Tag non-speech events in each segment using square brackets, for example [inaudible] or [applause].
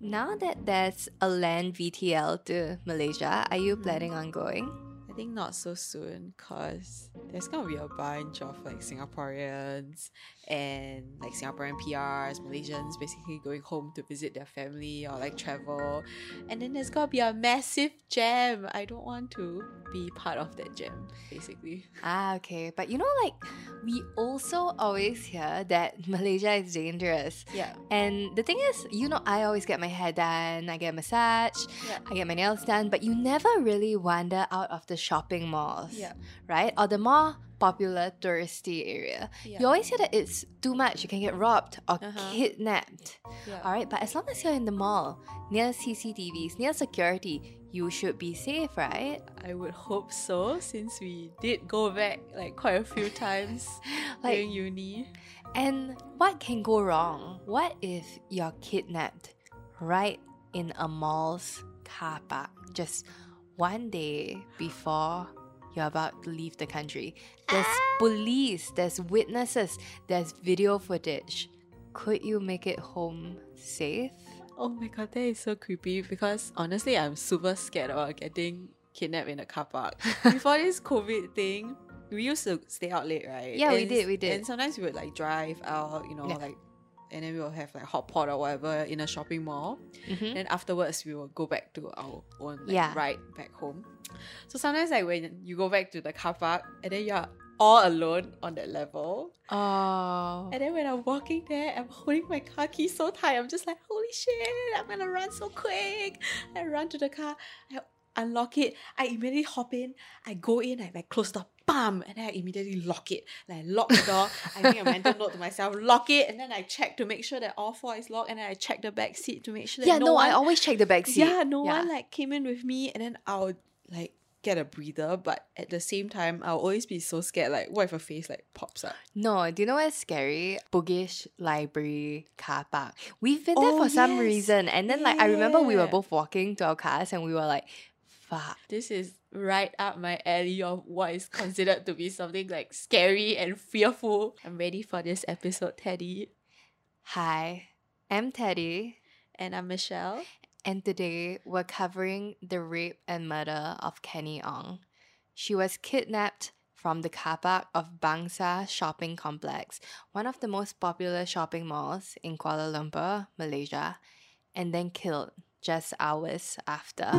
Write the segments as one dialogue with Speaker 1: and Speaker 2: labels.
Speaker 1: Now that there's a land VTL to Malaysia, are you planning on going?
Speaker 2: I think not so soon because there's going to be a bunch of like Singaporeans and like Singaporean PRs, Malaysians basically going home to visit their family or like travel. And then there's going to be a massive jam. I don't want to be part of that jam, basically.
Speaker 1: Ah, okay. But you know, like, we also always hear that [laughs] Malaysia is dangerous.
Speaker 2: Yeah.
Speaker 1: And the thing is, you know, I always get my hair done, I get a massage,
Speaker 2: Yeah.
Speaker 1: I get my nails done, but you never really wander out of the shopping malls,
Speaker 2: Yeah.
Speaker 1: right? Or the more popular touristy area.
Speaker 2: Yeah.
Speaker 1: You always hear that it's too much, you can get robbed or
Speaker 2: Uh-huh.
Speaker 1: kidnapped.
Speaker 2: yeah.
Speaker 1: All right, but as long as you're in the mall, near CCTVs, near security, you should be safe,
Speaker 2: [gasps]
Speaker 1: right?
Speaker 2: I would hope so since we did go back like quite a few times
Speaker 1: Like-
Speaker 2: during uni.
Speaker 1: And what can go wrong? What if you're kidnapped right in a mall's car park just one day before you're about to leave the country? There's
Speaker 2: Ah.
Speaker 1: police, there's witnesses, there's video footage. Could you make it home safe?
Speaker 2: Oh my god, that is so creepy because honestly, I'm super scared about getting kidnapped in a car park. [laughs] Before this COVID thing, we used to stay out late, right?
Speaker 1: Yeah, we did, we did.
Speaker 2: And sometimes we would like drive out, you know,
Speaker 1: Yeah.
Speaker 2: like, and then we will have like hot pot or whatever in a shopping mall.
Speaker 1: Mhm.
Speaker 2: And afterwards, we will go back to our own like,
Speaker 1: Yeah.
Speaker 2: ride back home. So sometimes, like, when you go back to the car park and then you're all alone on that level,
Speaker 1: Oh.
Speaker 2: and then when I'm walking there, I'm holding my car key so tight. I'm just like, holy shit, I'm gonna run so quick. I run to the car, I unlock it, I immediately hop in, I go in, I like close the bam, and then I immediately lock it. Like I lock the door, I make a mental note to myself, lock it, and then I check to make sure that all four is locked, and then I check the back seat to make sure that
Speaker 1: Yeah, no,
Speaker 2: no, one
Speaker 1: I always check the back seat.
Speaker 2: yeah, no one like came in with me, and then I'll like get a breather, but at the same time, I'll always be so scared. Like, what if a face like pops up?
Speaker 1: No, do you know what's scary? Boogish library car park. We've been there
Speaker 2: Oh,
Speaker 1: for some
Speaker 2: yes.
Speaker 1: reason, and then like I remember we were
Speaker 2: Yeah.
Speaker 1: both walking to our cars, and we were like, "Fuck."
Speaker 2: This is right up my alley of what is considered to be something like scary and fearful. I'm ready for this episode, Teddy.
Speaker 1: Hi, I'm Teddy,
Speaker 2: And I'm Michelle.
Speaker 1: and today we're covering the rape and murder of Kenny Ong. She was kidnapped from the car park of Bangsa Shopping Complex, one of the most popular shopping malls in Kuala Lumpur, Malaysia, and then killed just hours after.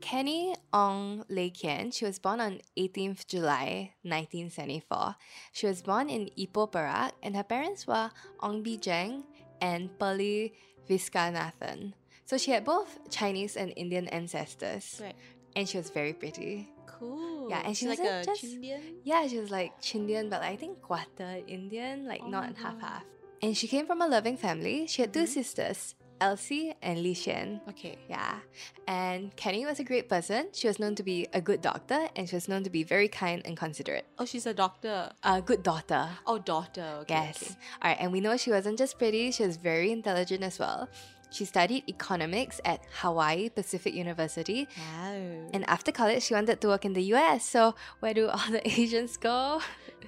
Speaker 1: Kenny Ong Lei Kian, she was born on 18th July 1974. She was born in Ipoh Perak and her parents were Ong Bi Jeng and Perli Viskanathan. So she had both Chinese and Indian ancestors
Speaker 2: Right.
Speaker 1: and she was very pretty.
Speaker 2: Cool.
Speaker 1: Yeah, and she
Speaker 2: She's
Speaker 1: wasn't just-
Speaker 2: Chindian?
Speaker 1: Yeah, she was like Chindian, but I think quarter Indian, like
Speaker 2: Oh
Speaker 1: not
Speaker 2: my
Speaker 1: half
Speaker 2: God.
Speaker 1: half. And she came from a loving family. She had two
Speaker 2: Mhm.
Speaker 1: sisters, Elsie and Li Xian.
Speaker 2: Okay.
Speaker 1: Yeah. And Kenny was a great person. She was known to be a good doctor and she was known to be very kind and considerate.
Speaker 2: Oh, she's a doctor.
Speaker 1: A good daughter.
Speaker 2: Oh, daughter. Okay.
Speaker 1: yes.
Speaker 2: okay.
Speaker 1: All right. And we know she wasn't just pretty, she was very intelligent as well. She studied economics at Hawaii Pacific University.
Speaker 2: Wow.
Speaker 1: And after college, she wanted to work in the US. So, where do all [laughs] the Asians go?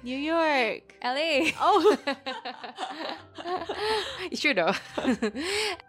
Speaker 2: New York.
Speaker 1: [laughs] LA.
Speaker 2: [laughs] Oh.
Speaker 1: it's true though. [laughs]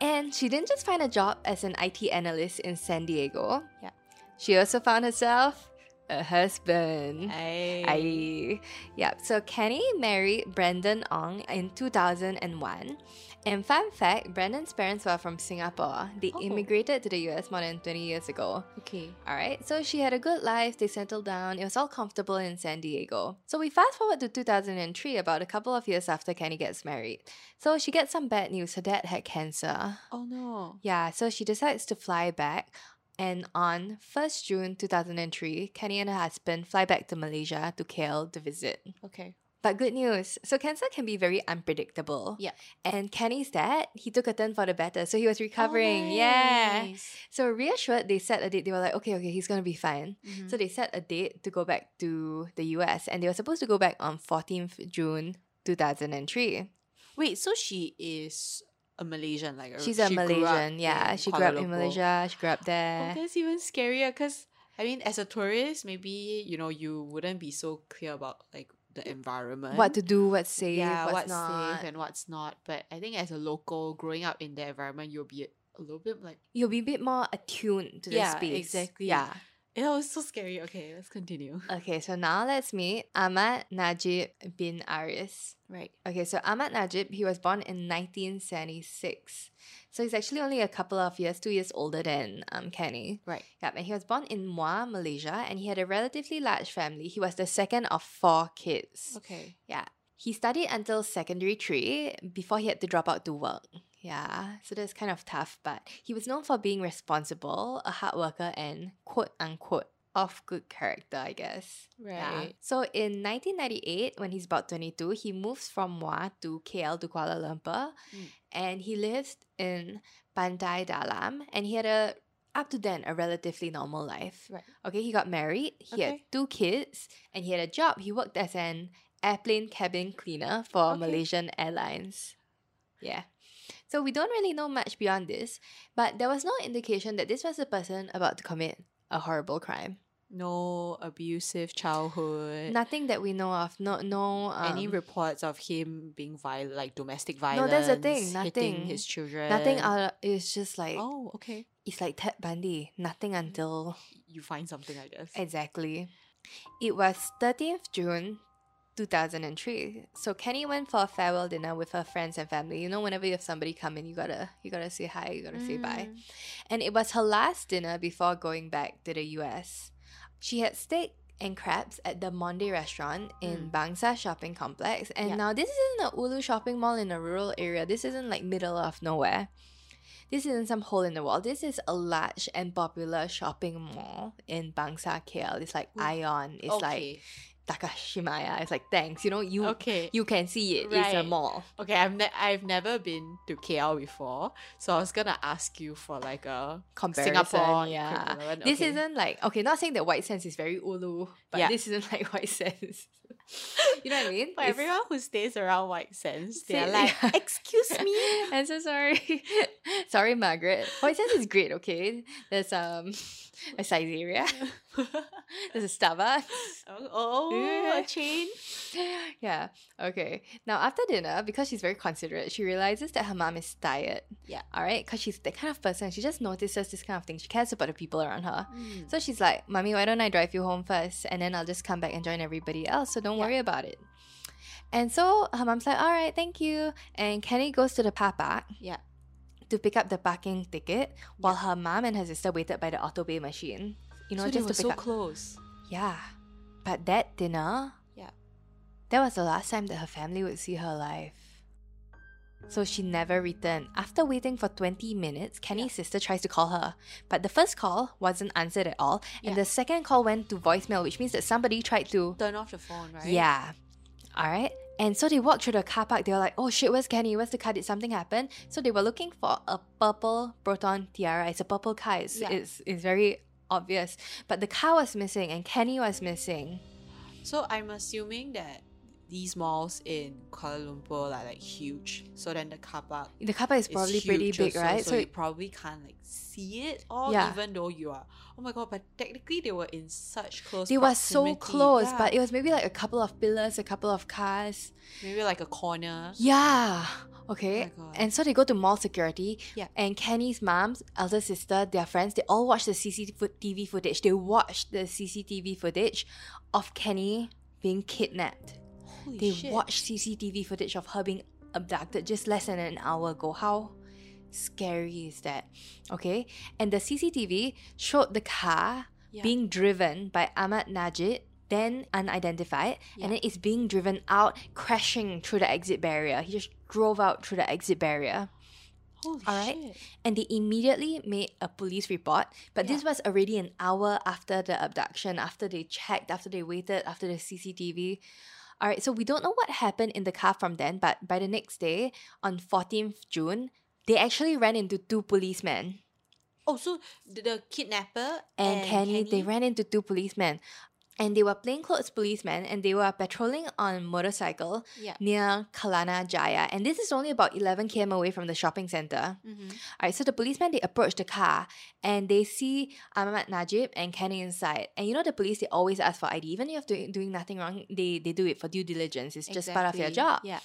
Speaker 1: and she didn't just find a job as an IT analyst in San Diego.
Speaker 2: Yeah.
Speaker 1: She also found herself a husband.
Speaker 2: I.
Speaker 1: Aye. Yep. So Kenny married Brandon Ong in 2001. And fun fact, Brandon's parents were from Singapore. They
Speaker 2: Oh.
Speaker 1: immigrated to the US more than 20 years ago.
Speaker 2: Okay.
Speaker 1: All right, so she had a good life, they settled down, it was all comfortable in San Diego. So we fast forward to 2003, about a couple of years after Kenny gets married. So she gets some bad news her dad had cancer.
Speaker 2: Oh no.
Speaker 1: Yeah, so she decides to fly back. And on 1st June 2003, Kenny and her husband fly back to Malaysia to KL to visit.
Speaker 2: Okay.
Speaker 1: But good news. So cancer can be very unpredictable.
Speaker 2: Yeah.
Speaker 1: And Kenny's dad, he took a turn for the better. So he was recovering.
Speaker 2: Oh,
Speaker 1: Yeah. So reassured, they set a date. They were like, okay, okay, he's gonna be fine.
Speaker 2: Mm-hmm. Mm.
Speaker 1: So they set a date to go back to the US, and they were supposed to go back on 14th June 2003.
Speaker 2: wait, so she is a Malaysian, like
Speaker 1: She's a Malaysian, yeah. she grew up in Malaysia. She grew up
Speaker 2: Oh,
Speaker 1: there.
Speaker 2: that's even scarier because I mean, as a tourist, maybe you know you wouldn't be so clear about like the environment,
Speaker 1: What to do? What's safe?
Speaker 2: yeah,
Speaker 1: what's,
Speaker 2: what's
Speaker 1: not?
Speaker 2: safe and what's not. But I think as a local, growing up in the environment, you'll be a little bit like, [laughs]
Speaker 1: You'll be a bit more attuned to
Speaker 2: Yeah,
Speaker 1: the space.
Speaker 2: exactly.
Speaker 1: Yeah.
Speaker 2: it was so scary. Okay, let's continue. [laughs]
Speaker 1: Okay, so now let's meet Ahmad Najib bin Aris.
Speaker 2: Right.
Speaker 1: Okay, so Ahmad Najib, he was born in 1976. So he's actually only a couple of years, two years older than um, Kenny.
Speaker 2: Right.
Speaker 1: Yep, and he was born in Muar, Malaysia, and he had a relatively large family. He was the second of four kids.
Speaker 2: Okay.
Speaker 1: He studied until secondary three before he had to drop out to work. Yeah, so that's kind of tough, but he was known for being responsible, a hard worker, and quote unquote, of good character, I guess. Yeah.
Speaker 2: Right.
Speaker 1: So in 1998, when he's about 22, he moves from Muar to KL to Kuala Lumpur,
Speaker 2: Mm.
Speaker 1: and he lived in Pantai Dalam, and he had a up to then a relatively normal life.
Speaker 2: Right.
Speaker 1: Okay, he got married. He had
Speaker 2: Okay.
Speaker 1: two kids, and he had a job. He worked as an airplane cabin cleaner for
Speaker 2: Okay.
Speaker 1: Malaysian Airlines. Yeah. So we don't really know much beyond this, but there was no indication that this was a person about to commit a horrible crime.
Speaker 2: No abusive childhood.
Speaker 1: Nothing that we know of. No, no. Um,
Speaker 2: any reports of him being violent, like domestic violence?
Speaker 1: that's the thing,
Speaker 2: Hitting
Speaker 1: nothing.
Speaker 2: his children.
Speaker 1: nothing. Out. It's just like
Speaker 2: Oh, okay.
Speaker 1: it's like Ted Bundy. Nothing until
Speaker 2: You find something, I guess.
Speaker 1: exactly. It was thirteenth June. 2003. So Kenny went for a farewell dinner with her friends and family. You know, whenever you have somebody come in, you gotta you gotta say hi, you gotta say bye.
Speaker 2: Mm.
Speaker 1: and it was her last dinner before going back to the US. She had steak and crabs at the Monde restaurant in Bangsa shopping complex. And
Speaker 2: Mm. Yeah.
Speaker 1: now this isn't a ulu shopping mall in a rural area. This isn't like middle of nowhere. This isn't some hole in the wall. This is a large and popular shopping mall in Bangsa KL. It's like
Speaker 2: Ooh.
Speaker 1: Ion. It's
Speaker 2: okay.
Speaker 1: like Takashimaya. It's like thanks. You know, you
Speaker 2: okay.
Speaker 1: you can see it. It's a
Speaker 2: Right.
Speaker 1: mall.
Speaker 2: Okay, I've ne- I've never been to KL before, so I was gonna ask you for like a
Speaker 1: Comparison.
Speaker 2: Singapore
Speaker 1: yeah.
Speaker 2: equivalent,
Speaker 1: This
Speaker 2: okay.
Speaker 1: isn't like okay, not saying that white sense is very ulu, but
Speaker 2: Yeah.
Speaker 1: this isn't [laughs] like white sense. you know what I mean?
Speaker 2: For
Speaker 1: It's- [laughs]
Speaker 2: everyone who stays around White Sands, they're
Speaker 1: Say-
Speaker 2: like,
Speaker 1: yeah.
Speaker 2: "Excuse
Speaker 1: [laughs]
Speaker 2: me." [laughs]
Speaker 1: I'm so sorry. [laughs] sorry, Margaret. White sense is great, okay? There's um [laughs] a Saizeriya. [laughs] There's a Starbucks. [laughs]
Speaker 2: oh, oh, a chain.
Speaker 1: Yeah. Okay. Now after dinner, because she's very considerate, she realizes that her mom is tired.
Speaker 2: Yeah.
Speaker 1: All right. Because she's that kind of person. She just notices this kind of thing. She cares about the people around her.
Speaker 2: Mm.
Speaker 1: So she's like, Mommy, why don't I drive you home first? And then I'll just come back and join everybody else. So don't
Speaker 2: Yeah.
Speaker 1: worry about it. And so her mom's like, All right, thank you. And Kenny goes to the car park
Speaker 2: Yeah.
Speaker 1: to pick up the parking ticket while her mom and her sister waited by the auto pay machine. You know,
Speaker 2: so they
Speaker 1: just to
Speaker 2: were
Speaker 1: pick
Speaker 2: so
Speaker 1: up.
Speaker 2: close.
Speaker 1: Yeah. But that dinner,
Speaker 2: Yeah.
Speaker 1: that was the last time that her family would see her alive. So she never returned. After waiting for 20 minutes, Kenny's sister tries to call her. But the first call wasn't answered at all. And
Speaker 2: Yeah.
Speaker 1: the second call went to voicemail, which means that somebody tried to.
Speaker 2: Turn off the phone, right?
Speaker 1: Yeah. All right. And so they walked through the car park. They were like, oh shit, where's Kenny? Where's the car? Did something happen? So they were looking for a purple Proton tiara. It's a purple car. It's,
Speaker 2: Yeah.
Speaker 1: it's, it's very obvious. But the car was missing and Kenny was missing.
Speaker 2: So I'm assuming that these malls in Kuala Lumpur are like huge. So then the car park
Speaker 1: The car park is
Speaker 2: is
Speaker 1: probably pretty
Speaker 2: huge
Speaker 1: big,
Speaker 2: also,
Speaker 1: right?
Speaker 2: So,
Speaker 1: So,
Speaker 2: you probably can't like see it, or
Speaker 1: Yeah.
Speaker 2: even though you are. Oh my god! But technically, they were in such close.
Speaker 1: they were so
Speaker 2: proximity.
Speaker 1: close,
Speaker 2: Yeah.
Speaker 1: but it was maybe like a couple of pillars, a couple of cars.
Speaker 2: maybe like a corner.
Speaker 1: Yeah.
Speaker 2: Oh my
Speaker 1: Okay.
Speaker 2: God.
Speaker 1: and so they go to mall security.
Speaker 2: Yeah.
Speaker 1: And Kenny's mom's elder sister, their friends, they all watch the CCTV footage. They watched the CCTV footage of Kenny being kidnapped.
Speaker 2: Holy
Speaker 1: they
Speaker 2: shit.
Speaker 1: watched CCTV footage of her being abducted just less than an hour ago. How scary is that? Okay. And the CCTV showed the car
Speaker 2: Yeah.
Speaker 1: being driven by Ahmad Najid, then unidentified,
Speaker 2: Yeah.
Speaker 1: and then it's being driven out, crashing through the exit barrier. He just drove out through the exit barrier.
Speaker 2: Holy
Speaker 1: all right.
Speaker 2: shit.
Speaker 1: And they immediately made a police report, but this
Speaker 2: Yeah.
Speaker 1: was already an hour after the abduction, after they checked, after they waited, after the CCTV. All right, so we don't know what happened in the car from then, but by the next day, on 14th June, they actually ran into two policemen.
Speaker 2: Oh, so the, the kidnapper
Speaker 1: And, Kenny, they ran into two policemen. And they were plainclothes policemen and they were patrolling on motorcycle
Speaker 2: Yeah.
Speaker 1: near Kalana Jaya. And this is only about 11 km away from the shopping center.
Speaker 2: Mm-hmm.
Speaker 1: Alright, so the policemen they approach the car and they see Ahmad Najib and Kenny inside. And you know the police they always ask for ID, even if you're doing nothing wrong, they they do it for due diligence. It's just part of your job.
Speaker 2: Yeah.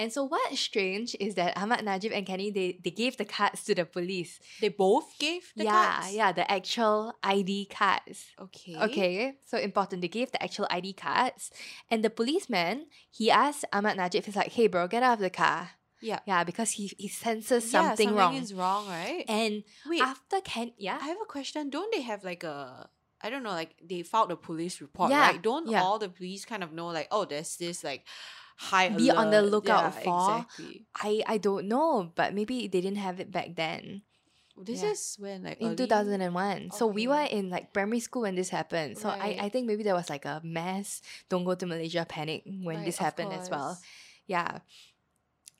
Speaker 1: And so what's strange is that Ahmad Najib and Kenny they, they gave the cards to the police.
Speaker 2: They both gave the
Speaker 1: yeah,
Speaker 2: cards?
Speaker 1: yeah, the actual ID cards.
Speaker 2: Okay.
Speaker 1: Okay, so important. They gave the actual ID cards. And the policeman, he asked Ahmad Najib, he's like, hey bro, get out of the car.
Speaker 2: Yeah.
Speaker 1: Yeah, because he, he senses
Speaker 2: Yeah,
Speaker 1: something, wrong.
Speaker 2: is wrong, right?
Speaker 1: and
Speaker 2: Wait,
Speaker 1: after Ken, yeah,
Speaker 2: I have a question. Don't they have like a I don't know, like they filed a police report,
Speaker 1: Yeah,
Speaker 2: right? Don't
Speaker 1: yeah.
Speaker 2: all the police kind of know like, oh, there's this like high
Speaker 1: Be on the
Speaker 2: alert.
Speaker 1: lookout
Speaker 2: Yeah,
Speaker 1: for-
Speaker 2: exactly.
Speaker 1: I I don't know, but maybe they didn't have it back then
Speaker 2: This
Speaker 1: Yeah.
Speaker 2: is when like
Speaker 1: in
Speaker 2: early-
Speaker 1: two thousand and one. So we were
Speaker 2: Okay.
Speaker 1: in like primary school when this happened. So
Speaker 2: Right.
Speaker 1: I I think maybe there was like a mass "Don't go to Malaysia" panic when
Speaker 2: Right,
Speaker 1: this
Speaker 2: of
Speaker 1: happened as well.
Speaker 2: course.
Speaker 1: Yeah.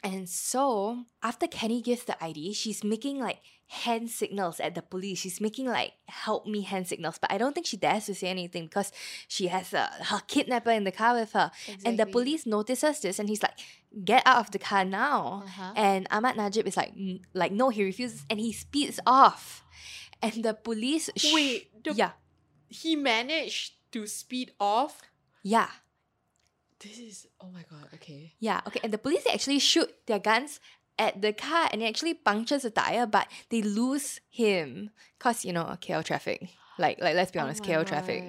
Speaker 1: And so after Kenny gives the ID, she's making like hand signals at the police. She's making like help me hand signals, but I don't think she dares to say anything because she has uh, her kidnapper in the car with her. And the
Speaker 2: Exactly.
Speaker 1: police notices this and he's like, "Get out of the car now."
Speaker 2: Uh-huh.
Speaker 1: And Ahmad Najib is like, "N- like no, he refuses, and he speeds off. And the police, sh-
Speaker 2: Wait, the-
Speaker 1: yeah,
Speaker 2: he managed to speed off.
Speaker 1: yeah,
Speaker 2: This is oh my god, okay.
Speaker 1: yeah, okay. And the police they actually shoot their guns at the car, and it actually punctures the tire, but they lose him because you know KL traffic. Like, like let's be honest, KL traffic.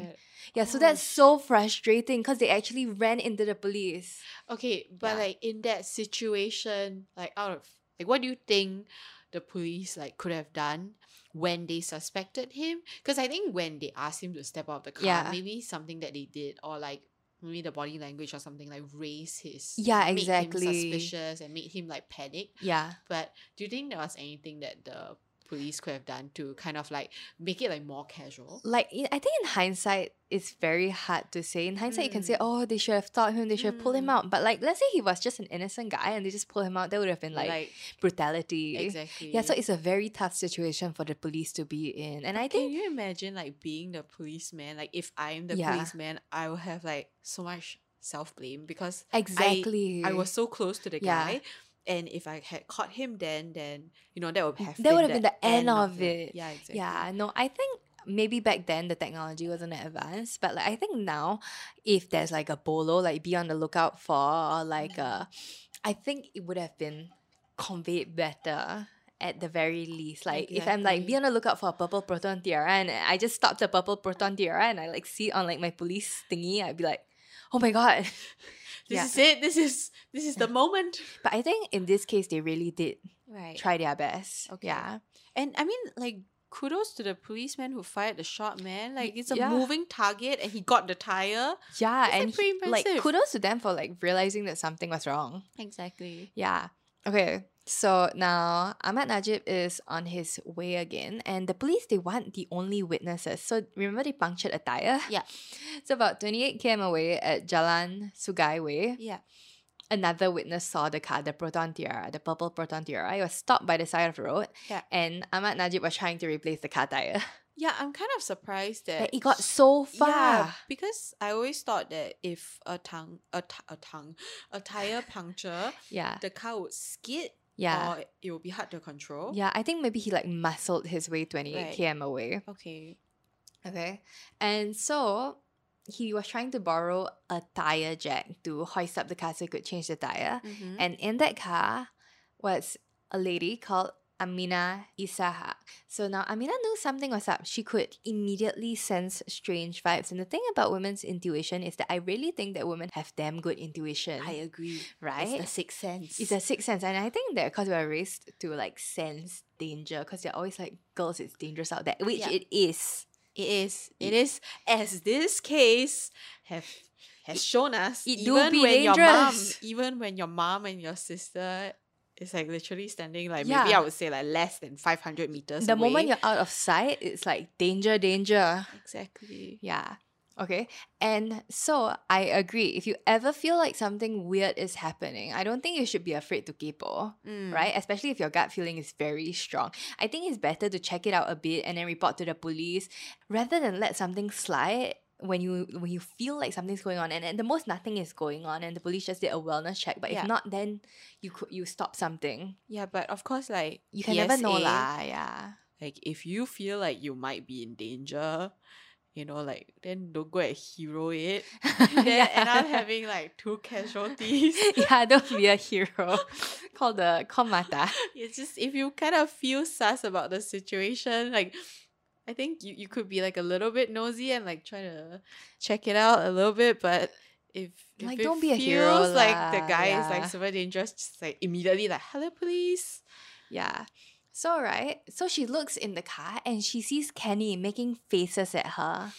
Speaker 1: Yeah, so
Speaker 2: Oh,
Speaker 1: that's
Speaker 2: sh-
Speaker 1: so frustrating because they actually ran into the police.
Speaker 2: Okay, but
Speaker 1: Yeah.
Speaker 2: like in that situation, like out of like what do you think the police like could have done when they suspected him? Because I think when they asked him to step out of the car,
Speaker 1: Yeah.
Speaker 2: maybe something that they did or like maybe the body language or something like raise his
Speaker 1: Yeah,
Speaker 2: made him
Speaker 1: exactly.
Speaker 2: suspicious and made him like panic.
Speaker 1: Yeah.
Speaker 2: But do you think there was anything that the police could have done to kind of like make it like more casual?
Speaker 1: like in- I think in hindsight, it's very hard to say. In hindsight, you can say,
Speaker 2: Mm.
Speaker 1: "Oh, they should have thought him. They should have pulled him
Speaker 2: Mm.
Speaker 1: out." But like, let's say he was just an innocent guy and they just pulled him out, that would have been like, brutality.
Speaker 2: exactly.
Speaker 1: Yeah, so it's a very tough situation for the police to be in, and I
Speaker 2: Can
Speaker 1: think
Speaker 2: you imagine like being the policeman? Like if I'm the
Speaker 1: Yeah.
Speaker 2: policeman, I will have like so much self blame because
Speaker 1: exactly.
Speaker 2: I was so close to the
Speaker 1: Yeah.
Speaker 2: guy, and if I had caught him then, then you know that would have
Speaker 1: That
Speaker 2: been
Speaker 1: would have been the end of it.
Speaker 2: Yeah, exactly.
Speaker 1: Yeah, no, I think maybe back then the technology wasn't that advanced, but like I think now, if there's like a bolo, like be on the lookout for, or like
Speaker 2: Mm-hmm.
Speaker 1: uh, I think it would have been conveyed better at the very least. Like if I'm like be
Speaker 2: Exactly.
Speaker 1: on the lookout for a purple proton tiara, and I just stop the purple proton tiara, and I like see it on like my police thingy, I'd be like, oh my god. [laughs]
Speaker 2: This
Speaker 1: Yeah.
Speaker 2: is it. This is this is the [laughs] moment.
Speaker 1: But I think in this case they really did
Speaker 2: Right.
Speaker 1: try their best.
Speaker 2: Okay.
Speaker 1: Yeah.
Speaker 2: And I mean, like, kudos to the policeman who fired the shot, man. Like, it's a
Speaker 1: yeah.
Speaker 2: moving target, and he got the tire.
Speaker 1: Yeah,
Speaker 2: That's, like,
Speaker 1: and
Speaker 2: pretty
Speaker 1: he- like
Speaker 2: impressive.
Speaker 1: kudos to them for like realizing that something was wrong.
Speaker 2: Exactly.
Speaker 1: Yeah. Okay. So now Ahmad Najib is on his way again, and the police they want the only witnesses. So remember they punctured a tire. [laughs]
Speaker 2: Yeah.
Speaker 1: It's about twenty eight km away at Jalan Sugai Way.
Speaker 2: Yeah.
Speaker 1: Another witness saw the car, the Proton Tiara, the purple Proton Tiara. It was stopped by the side of the road.
Speaker 2: Yeah.
Speaker 1: And Ahmad Najib was trying to replace the car tire.
Speaker 2: Yeah, I'm kind of surprised that
Speaker 1: [laughs] Like, it got so far.
Speaker 2: Yeah, because I always thought that if a tongue, a, t- a tongue, a tire puncture,
Speaker 1: Yeah.
Speaker 2: the car would skid
Speaker 1: Yeah.
Speaker 2: or it would be hard to control.
Speaker 1: Yeah, I think maybe he like muscled his way 28
Speaker 2: Right.
Speaker 1: km away.
Speaker 2: Okay.
Speaker 1: [laughs] Okay. And so he was trying to borrow a tire jack to hoist up the car so he could change the tire.
Speaker 2: Mhm.
Speaker 1: And in that car was a lady called Amina Isaha. So now Amina knew something was up. She could immediately sense strange vibes. And the thing about women's intuition is that I really think that women have damn good intuition.
Speaker 2: I agree.
Speaker 1: right?
Speaker 2: It's the sixth sense.
Speaker 1: It's a sixth sense, and I think that because we are raised to like sense danger, because they're always like, "Girls, it's dangerous out there," which
Speaker 2: Yeah.
Speaker 1: it is.
Speaker 2: it is. It is as this case have has shown us.
Speaker 1: it do
Speaker 2: even
Speaker 1: be
Speaker 2: when your mom,
Speaker 1: dangerous.
Speaker 2: even when your mom and your sister is like literally standing like maybe
Speaker 1: Yeah.
Speaker 2: I would say like less than five hundred meters.
Speaker 1: The moment
Speaker 2: away.
Speaker 1: you're out of sight, it's like danger, danger.
Speaker 2: exactly.
Speaker 1: Yeah. Okay. And so I agree. If you ever feel like something weird is happening, I don't think you should be afraid to kaypo,
Speaker 2: Mm.
Speaker 1: right? Especially if your gut feeling is very strong. I think it's better to check it out a bit and then report to the police rather than let something slide when you when you feel like something's going on and at the most nothing is going on and the police just did a wellness check. But
Speaker 2: Yeah.
Speaker 1: if not, then you could you stop something.
Speaker 2: Yeah, but of course, like
Speaker 1: You can never know
Speaker 2: PSA,
Speaker 1: lah. Yeah. [laughs]
Speaker 2: Like if you feel like you might be in danger, you know, like then don't go and
Speaker 1: [laughs]
Speaker 2: hero it. Then end up having like two
Speaker 1: [laughs]
Speaker 2: casualties.
Speaker 1: yeah, don't be a hero. [laughs] call the call Mata.
Speaker 2: it's just if you kind of feel sus about the situation, like I think you, you could be like a little bit nosy and like try to check it out a little bit, but if, if
Speaker 1: Like,
Speaker 2: it
Speaker 1: don't be a
Speaker 2: feels
Speaker 1: hero
Speaker 2: like the
Speaker 1: lah,
Speaker 2: guy is
Speaker 1: yeah.
Speaker 2: like super dangerous, just like immediately like hello police.
Speaker 1: Yeah. So, right? So she looks in the car and she sees Kenny making faces at her.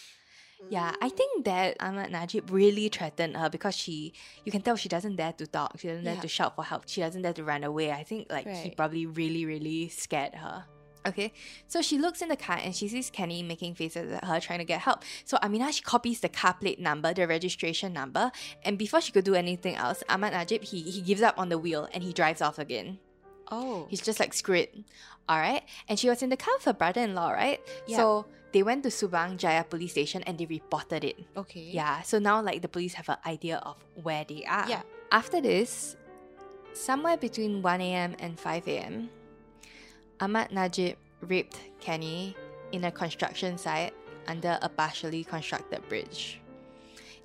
Speaker 1: Yeah, I think that Ahmad Najib really threatened her because she, you can tell she doesn't dare to talk. She doesn't
Speaker 2: Yeah.
Speaker 1: dare to shout for help. She doesn't dare to run away. I think like he
Speaker 2: Right.
Speaker 1: probably really, really scared her. Okay, so she looks in the car and she sees Kenny making faces at her trying to get help. So Amina, she copies the car plate number, the registration number, and before she could do anything else, Ahmad Najib, he, he gives up on the wheel and he drives off again.
Speaker 2: Oh.
Speaker 1: He's just like, screw it. All right. And she was in the car with her brother in law, right?
Speaker 2: Yeah.
Speaker 1: So they went to Subang Jaya police station and they reported it.
Speaker 2: okay.
Speaker 1: Yeah. So now, like, the police have an idea of where they are.
Speaker 2: Yeah.
Speaker 1: After this, somewhere between 1 a.m. and 5 a.m., Ahmad Najib raped Kenny in a construction site under a partially constructed bridge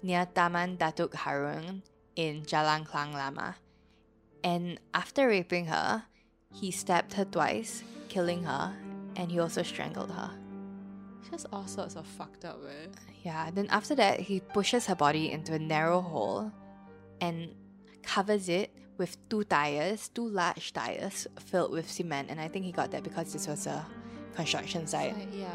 Speaker 1: near Taman Datuk Harun in Jalan Klang Lama. And after raping her, he stabbed her twice, killing her, and he also strangled her.
Speaker 2: Just all sorts of fucked up, eh?
Speaker 1: Yeah, then after that, he pushes her body into a narrow hole and covers it with two tires, two large tires filled with cement. And I think he got that because this was a construction site.
Speaker 2: Like, yeah.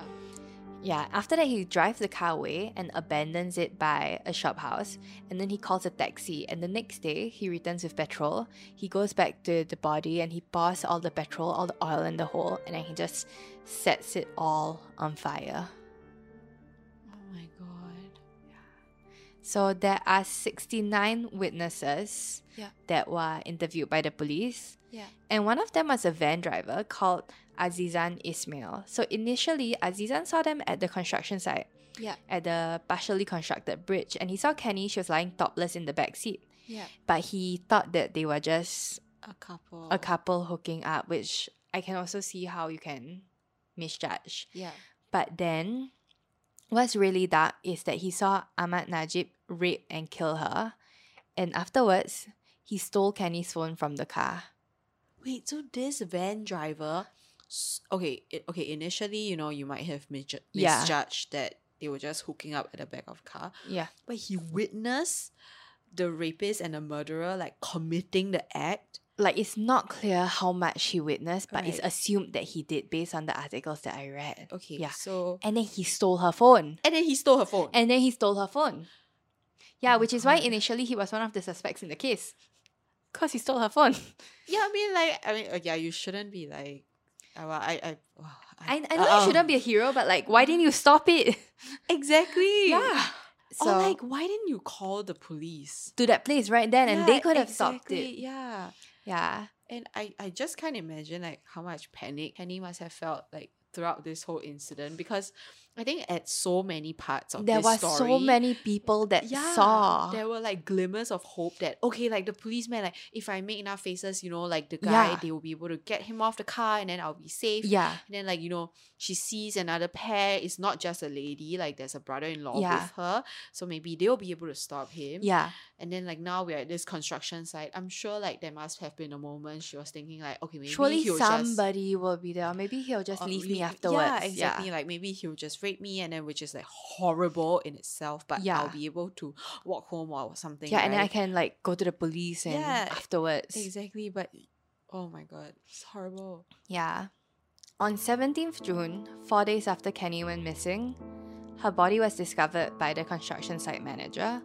Speaker 1: Yeah, after that, he drives the car away and abandons it by a shop house. And then he calls a taxi. And the next day, he returns with petrol. He goes back to the body and he pours all the petrol, all the oil in the hole, and then he just sets it all on fire.
Speaker 2: Oh my god.
Speaker 1: So there are 69 witnesses
Speaker 2: Yeah.
Speaker 1: that were interviewed by the police.
Speaker 2: Yeah.
Speaker 1: And one of them was a van driver called Azizan Ismail. So initially, Azizan saw them at the construction site,
Speaker 2: Yeah.
Speaker 1: at the partially constructed bridge, and he saw Kenny, she was lying topless in the back seat.
Speaker 2: Yeah.
Speaker 1: But he thought that they were just
Speaker 2: A couple.
Speaker 1: a couple hooking up, which I can also see how you can misjudge.
Speaker 2: Yeah.
Speaker 1: But then, what's really dark is that he saw Ahmad Najib rape and kill her, and afterwards, he stole Kenny's phone from the car.
Speaker 2: Wait, so this van driver, s- okay, it, okay. Initially, you know, you might have misju-
Speaker 1: Yeah.
Speaker 2: misjudged that they were just hooking up at the back of car,
Speaker 1: Yeah.
Speaker 2: but he witnessed the rapist and the murderer like committing the act.
Speaker 1: Like, it's not clear how much he witnessed, but it's
Speaker 2: Right.
Speaker 1: assumed that he did based on the articles that I read.
Speaker 2: Okay,
Speaker 1: Yeah.
Speaker 2: So
Speaker 1: And then he stole her phone.
Speaker 2: and then he stole her phone.
Speaker 1: And then he stole her phone. Yeah,
Speaker 2: Oh
Speaker 1: which is why
Speaker 2: God.
Speaker 1: initially he was one of the suspects in the case. Because he stole her phone.
Speaker 2: yeah, I mean, like, I mean, uh, yeah, you shouldn't be like, uh, well, I, I, oh,
Speaker 1: I, I know you shouldn't be a hero, but like, why didn't you stop it? [laughs]
Speaker 2: exactly.
Speaker 1: yeah.
Speaker 2: or like, why didn't you call the police?
Speaker 1: to that place right then and
Speaker 2: Yeah,
Speaker 1: they could have stopped
Speaker 2: exactly,
Speaker 1: it.
Speaker 2: Yeah.
Speaker 1: Yeah.
Speaker 2: And I, I just can't imagine like how much panic Henny must have felt like throughout this whole incident because I think at so many parts of
Speaker 1: There
Speaker 2: this
Speaker 1: were
Speaker 2: story,
Speaker 1: so many people that
Speaker 2: yeah,
Speaker 1: saw.
Speaker 2: There were like glimmers of hope that okay, like the policeman, like if I make enough faces, you know, like the guy,
Speaker 1: Yeah.
Speaker 2: they will be able to get him off the car and then I'll be safe.
Speaker 1: yeah.
Speaker 2: And then like, you know, she sees another pair. It's not just a lady, like there's a brother in law
Speaker 1: Yeah.
Speaker 2: with her. So maybe they'll be able to stop him.
Speaker 1: Yeah.
Speaker 2: And then like now we're at this construction site. I'm sure like there must have been a moment she was thinking like, okay, maybe
Speaker 1: Surely
Speaker 2: he'll
Speaker 1: somebody will be there. or Maybe he'll just
Speaker 2: just or
Speaker 1: leave
Speaker 2: leave-
Speaker 1: me afterwards.
Speaker 2: Yeah, exactly. Like maybe he'll just rape me and then which is like horrible in itself, but I'll
Speaker 1: Yeah.
Speaker 2: be able to [gasps] walk home or something.
Speaker 1: Yeah, and then I
Speaker 2: right?
Speaker 1: can like go to the police and
Speaker 2: Yeah,
Speaker 1: afterwards.
Speaker 2: Exactly, but oh my god, it's horrible.
Speaker 1: Yeah. On 17th June, four days after Kenny went missing, her body was discovered by the construction site manager,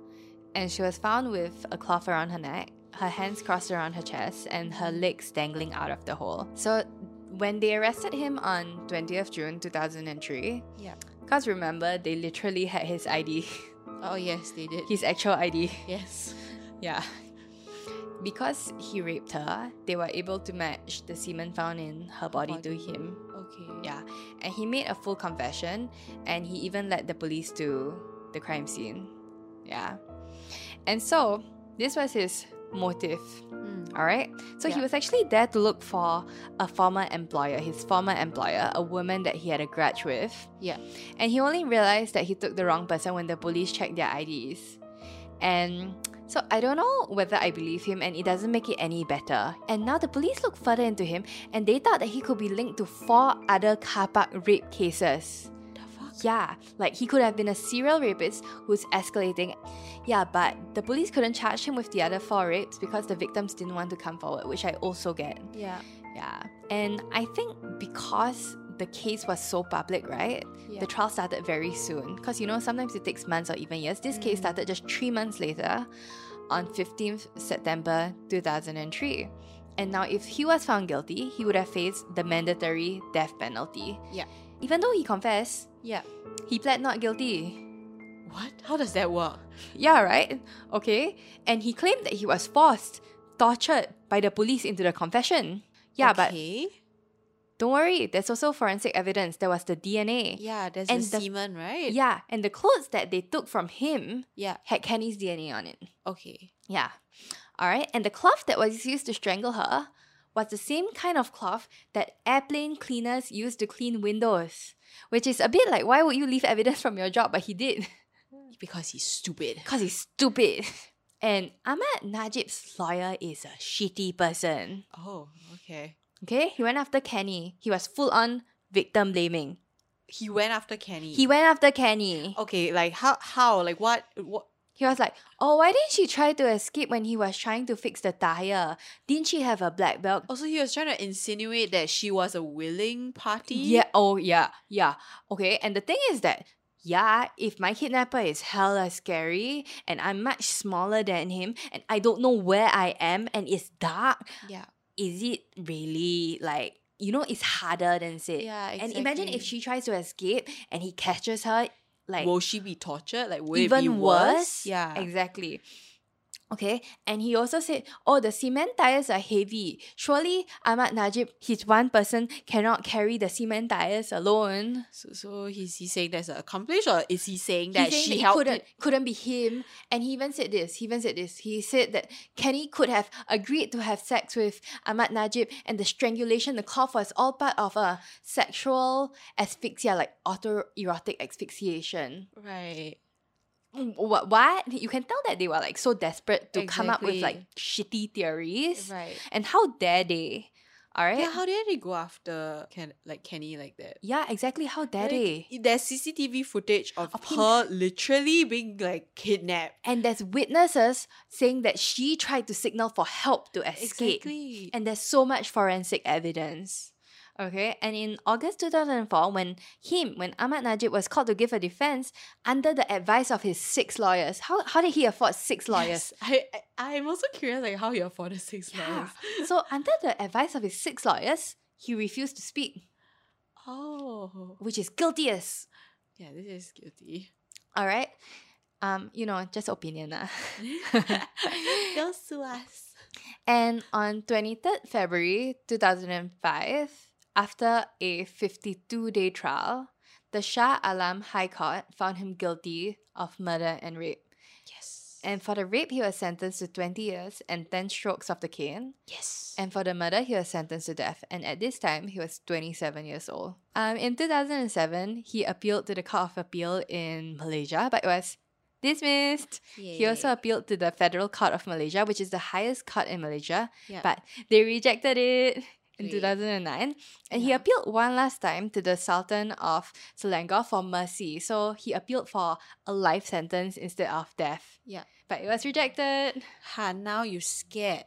Speaker 1: and she was found with a cloth around her neck, her hands crossed around her chest, and her legs dangling out of the hole. So, when they arrested him on 20th June 2003,
Speaker 2: Yeah.
Speaker 1: because remember, they literally had his ID.
Speaker 3: Oh yes, they did.
Speaker 1: [laughs] His actual ID.
Speaker 2: [laughs]
Speaker 3: yes.
Speaker 1: Yeah. Because he raped her, they were able to match the semen found in her body,
Speaker 3: body.
Speaker 1: to him.
Speaker 3: Okay.
Speaker 1: Yeah. And he made a full confession and he even led the police to the crime scene. Yeah. And so, this was his motive.
Speaker 3: Mm.
Speaker 1: All right. So he
Speaker 3: Yeah.
Speaker 1: was actually there to look for a former employer, his former employer, a woman that he had a grudge with.
Speaker 3: Yeah.
Speaker 1: And he only realized that he took the wrong person when the police checked their IDs. And so I don't know whether I believe him, and it doesn't make it any better. And now the police looked further into him, and they thought that he could be linked to four other car park rape cases.
Speaker 3: The fuck?
Speaker 1: Yeah, like he could have been a serial rapist who's escalating. Yeah, but the police couldn't charge him with the other four rapes because the victims didn't want to come forward, which I also get.
Speaker 3: Yeah.
Speaker 1: Yeah. And I think because the case was so public, right?
Speaker 3: Yeah.
Speaker 1: The trial started very soon. Because you know, sometimes it takes months or even years. This case
Speaker 3: Mm.
Speaker 1: started just three months later on 15th September 2003. And now, if he was found guilty, he would have faced the mandatory death penalty.
Speaker 3: Yeah.
Speaker 1: Even though he confessed,
Speaker 3: yeah.
Speaker 1: he pled not guilty.
Speaker 3: What? How does that work?
Speaker 1: Yeah, right? Okay. And he claimed that he was forced, tortured by the police into the confession. Yeah, but
Speaker 3: okay.
Speaker 1: Don't worry, there's also forensic evidence. There was the DNA.
Speaker 3: yeah, there's
Speaker 1: and
Speaker 3: the,
Speaker 1: the-
Speaker 3: semen, right?
Speaker 1: Yeah, and the clothes that they took from him
Speaker 3: Yeah.
Speaker 1: had Kenny's DNA on it.
Speaker 3: Okay.
Speaker 1: Yeah. All right, and the cloth that was used to strangle her was the same kind of cloth that airplane cleaners use to clean windows, which is a bit like why would you leave evidence from your job? But he did.
Speaker 3: Because he's stupid.
Speaker 1: Because he's stupid. [laughs] And Ahmad Najib's lawyer is a shitty person.
Speaker 3: Oh, okay.
Speaker 1: Okay? He went after Kenny. He was full on victim blaming.
Speaker 3: He went after Kenny.
Speaker 1: He went after Kenny.
Speaker 3: Okay, like how? How? Like what? What?
Speaker 1: He was like, Oh, why didn't she try to escape when he was trying to fix the tire? Didn't she have a black belt?
Speaker 2: Oh,
Speaker 3: Also, he was trying to insinuate that she was a willing party.
Speaker 1: Yeah, oh, yeah, yeah. Okay, and the thing is that, yeah, if my kidnapper is hella scary and I'm much smaller than him and I don't know where I am and it's dark,
Speaker 3: Yeah.
Speaker 1: is it really like, you know, it's harder than said?
Speaker 3: Yeah. Exactly.
Speaker 1: And imagine if she tries to escape and he catches her, like,
Speaker 3: Will she be tortured? Like, would
Speaker 1: even
Speaker 3: it be
Speaker 1: worse?
Speaker 3: worse? Yeah.
Speaker 1: exactly. Okay, and he also said, "Oh, the cement tires are heavy. Surely Ahmad Najib, his one person, cannot carry the cement tires alone."
Speaker 3: So, so he's, he's saying that's an accomplish, or is he saying
Speaker 1: He
Speaker 3: that
Speaker 1: saying
Speaker 3: she
Speaker 1: that it
Speaker 3: helped?
Speaker 1: couldn't
Speaker 3: it?
Speaker 1: couldn't be him, and he even said this. He even said this. He said that Kenny could have agreed to have sex with Ahmad Najib, and the strangulation, the cough was all part of a sexual asphyxia, like autoerotic asphyxiation.
Speaker 3: Right.
Speaker 1: what what you can tell that they were like so desperate to come up with like
Speaker 3: Exactly.
Speaker 1: shitty theories
Speaker 3: Right.
Speaker 1: and how dare they all right
Speaker 3: Yeah. How did they go after Ken, like Kenny like that?
Speaker 1: Yeah, exactly how dare
Speaker 3: Like,
Speaker 1: they
Speaker 3: i- There's CCTV footage of,
Speaker 1: Of him-
Speaker 3: her literally being like kidnapped.
Speaker 1: and there's witnesses saying that she tried to signal for help to escape
Speaker 3: Exactly.
Speaker 1: and there's so much forensic evidence okay and in august 2004 when him when ahmad najib was called to give a defense under the advice of his six lawyers how, how did he afford six lawyers
Speaker 3: Yes, I, I I'm also curious like how he afforded six
Speaker 1: Yeah.
Speaker 3: lawyers.
Speaker 1: So, under the advice of his six lawyers, he refused to speak,
Speaker 3: Oh,
Speaker 1: which is guilty as.
Speaker 3: yeah, this is [laughs] guilty.
Speaker 1: All right? Um, you know, just opinion. ah. [laughs]
Speaker 3: They'll sue
Speaker 2: [laughs]
Speaker 3: us.
Speaker 1: and on 23rd February 2005, after a 52 day trial, the Shah Alam High Court found him guilty of murder and rape.
Speaker 3: Yes.
Speaker 1: And for the rape, he was sentenced to 20 years and 10 strokes of the cane.
Speaker 3: yes.
Speaker 1: And for the murder, he was sentenced to death, and at this time, he was 27 years old. Um, in 2007, he appealed to the Court of Appeal in Malaysia, but it was dismissed. He also appealed to the Federal Court of Malaysia, which is the highest court in Malaysia,
Speaker 3: yeah.
Speaker 1: but they rejected it in
Speaker 3: Great.
Speaker 1: 2009. And he
Speaker 3: Yeah.
Speaker 1: appealed one last time to the Sultan of Selangor for mercy. So he appealed for a life sentence instead of death.
Speaker 3: Yeah.
Speaker 1: But it was rejected.
Speaker 3: ha, now you scared.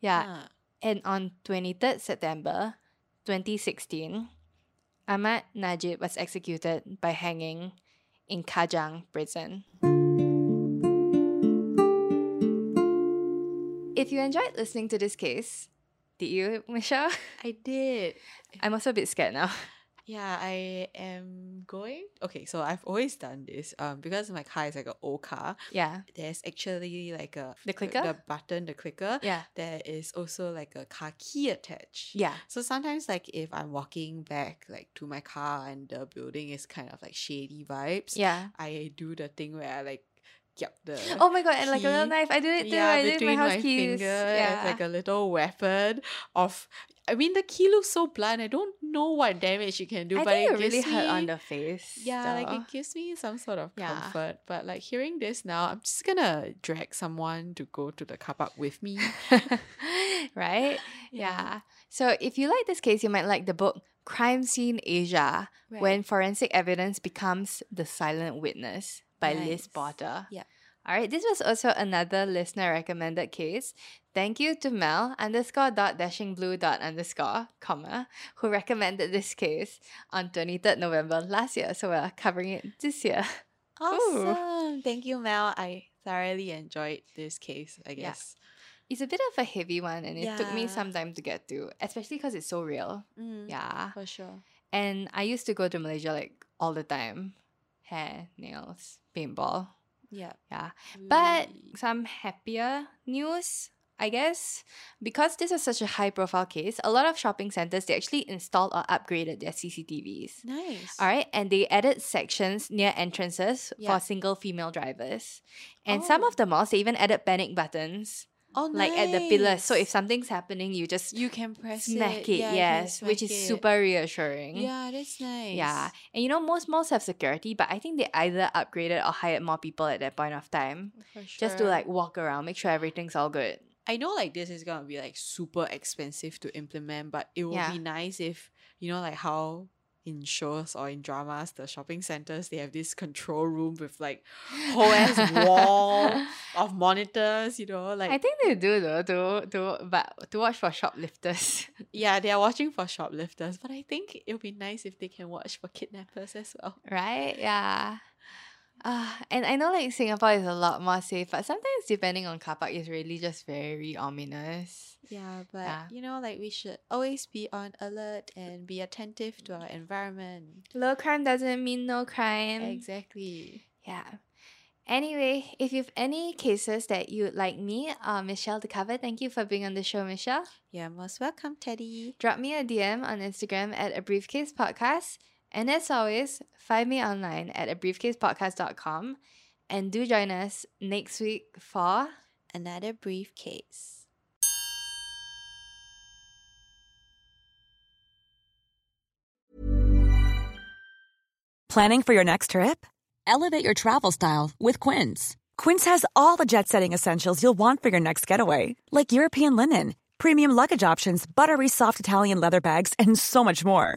Speaker 1: Yeah.
Speaker 3: Huh.
Speaker 1: And on 23rd September 2016, Ahmad Najib was executed by hanging in Kajang prison. If you enjoyed listening [laughs] to this case, did you, Michelle?
Speaker 3: I did.
Speaker 1: I'm also a bit scared now.
Speaker 2: Yeah, I am going. Okay, so I've always done this. Um, because my car is like an old car.
Speaker 1: [laughs] Yeah.
Speaker 2: There's actually like a
Speaker 1: The clicker?
Speaker 2: the button, the clicker.
Speaker 1: Yeah.
Speaker 2: There is also like a car key attached.
Speaker 1: Yeah.
Speaker 2: So sometimes, like if I'm walking back, like to my car, and the building is kind of like shady vibes.
Speaker 1: Yeah.
Speaker 2: I do the thing where I like get the
Speaker 1: Oh my god, and like a little
Speaker 2: key.
Speaker 1: knife. I did it too. I
Speaker 2: yeah,
Speaker 1: did it with
Speaker 2: between
Speaker 1: my
Speaker 2: my,
Speaker 1: house keys.
Speaker 2: fingers,
Speaker 1: Yeah.
Speaker 2: as like a little weapon of. I mean, the key looks so blunt. I don't know what damage it can do,
Speaker 1: I
Speaker 2: but
Speaker 1: think
Speaker 2: it
Speaker 1: it really
Speaker 2: gives
Speaker 1: hurt on
Speaker 2: me-
Speaker 1: the face.
Speaker 2: yeah, like
Speaker 1: though.
Speaker 2: it gives me some sort of
Speaker 1: Yeah.
Speaker 2: comfort. But like hearing this now, I'm just gonna drag someone to go to the car park with me.
Speaker 1: [laughs] right? [laughs] Yeah.
Speaker 2: Yeah.
Speaker 1: So if you like this case, you might like the book Crime Scene Asia When Forensic Evidence Becomes the Silent Witness by Liz
Speaker 2: Nice.
Speaker 1: Potter.
Speaker 2: Yeah.
Speaker 1: All right, this was also another listener recommended case. Thank you to Mel underscore dot dashing blue dot underscore comma who recommended this case on 23rd November last year. So we're covering it this year. [laughs] Ooh.
Speaker 2: awesome! Thank you, Mel. I thoroughly enjoyed this case. I
Speaker 1: Yeah.
Speaker 2: guess.
Speaker 1: It's a bit of a heavy one and it took me
Speaker 2: Yeah.
Speaker 1: some time to get to, especially because it's so real.
Speaker 2: Mm,
Speaker 1: Yeah.
Speaker 2: for sure.
Speaker 1: And I used to go to Malaysia like all the time. Hair, nails, paintball.
Speaker 2: Yeah,
Speaker 1: Yeah. But
Speaker 2: we-
Speaker 1: some happier news, I guess. Because this was such a high profile case, a lot of shopping centers they actually installed or upgraded their CCTVs.
Speaker 2: nice.
Speaker 1: All right, and they added sections near entrances
Speaker 2: Yeah.
Speaker 1: for single female drivers. And some
Speaker 2: Oh.
Speaker 1: of the malls they even added panic buttons
Speaker 2: Oh,
Speaker 1: like at the pillars. So if
Speaker 2: nice.
Speaker 1: something's happening, you just
Speaker 2: you can press
Speaker 1: smack it,
Speaker 2: yeah, you can
Speaker 1: yes, which
Speaker 2: smack
Speaker 1: is
Speaker 2: it.
Speaker 1: super reassuring.
Speaker 2: Yeah, that's nice.
Speaker 1: Yeah. And you know, most malls have security, but I think they either upgraded or hired more people at that point of time
Speaker 2: for
Speaker 1: just to
Speaker 2: sure.
Speaker 1: like walk around, make sure everything's all good.
Speaker 2: I know like this is gonna be like super expensive to implement, but it will
Speaker 1: Yeah.
Speaker 2: be nice if you know like how in shows or in dramas the shopping centers they have this control room with like whole ass wall of monitors, you know,
Speaker 1: [laughs]
Speaker 2: like
Speaker 1: I think they do though, to, to, but to watch for shoplifters. [laughs]
Speaker 2: yeah, they are watching for shoplifters, but I think it'll be nice if they can watch for kidnappers as well. [laughs]
Speaker 1: right? Yeah. Uh, and I know like Singapore is a lot more safe, but sometimes depending on car park is really just very ominous.
Speaker 2: Yeah, but
Speaker 1: Yeah.
Speaker 2: you know, like we should always be on alert and be attentive to our environment.
Speaker 1: Low crime doesn't mean no crime.
Speaker 2: Exactly.
Speaker 1: Yeah. Anyway, if you've any cases that you'd like me or Michelle to cover, thank you for being on the show, Michelle.
Speaker 2: You're most welcome, Teddy.
Speaker 1: Drop me a DM on Instagram at a briefcase podcast. And as always, find me online at a briefcasepodcast.com and do join us next week for
Speaker 2: Another briefcase.
Speaker 4: Planning for your next trip? Elevate your travel style with Quince. Quince has all the jet setting essentials you'll want for your next getaway, like European linen, premium luggage options, buttery soft Italian leather bags, and so much more.